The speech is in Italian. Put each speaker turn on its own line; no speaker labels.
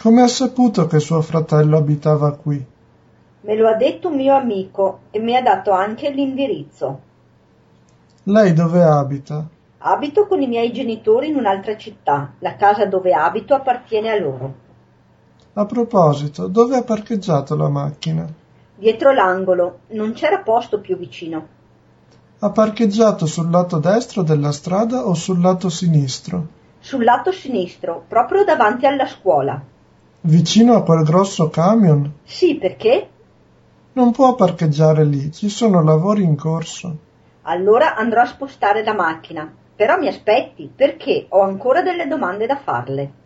come ha saputo che suo fratello abitava qui?
Me lo ha detto un mio amico e mi ha dato anche l'indirizzo.
Lei dove abita?
Abito con i miei genitori in un'altra città. La casa dove abito appartiene a loro.
A proposito, dove ha parcheggiato la macchina?
Dietro l'angolo non c'era posto più vicino.
Ha parcheggiato sul lato destro della strada o sul lato sinistro?
Sul lato sinistro, proprio davanti alla scuola.
Vicino a quel grosso camion?
Sì, perché?
Non può parcheggiare lì, ci sono lavori in corso.
Allora andrò a spostare la macchina. Però mi aspetti, perché ho ancora delle domande da farle.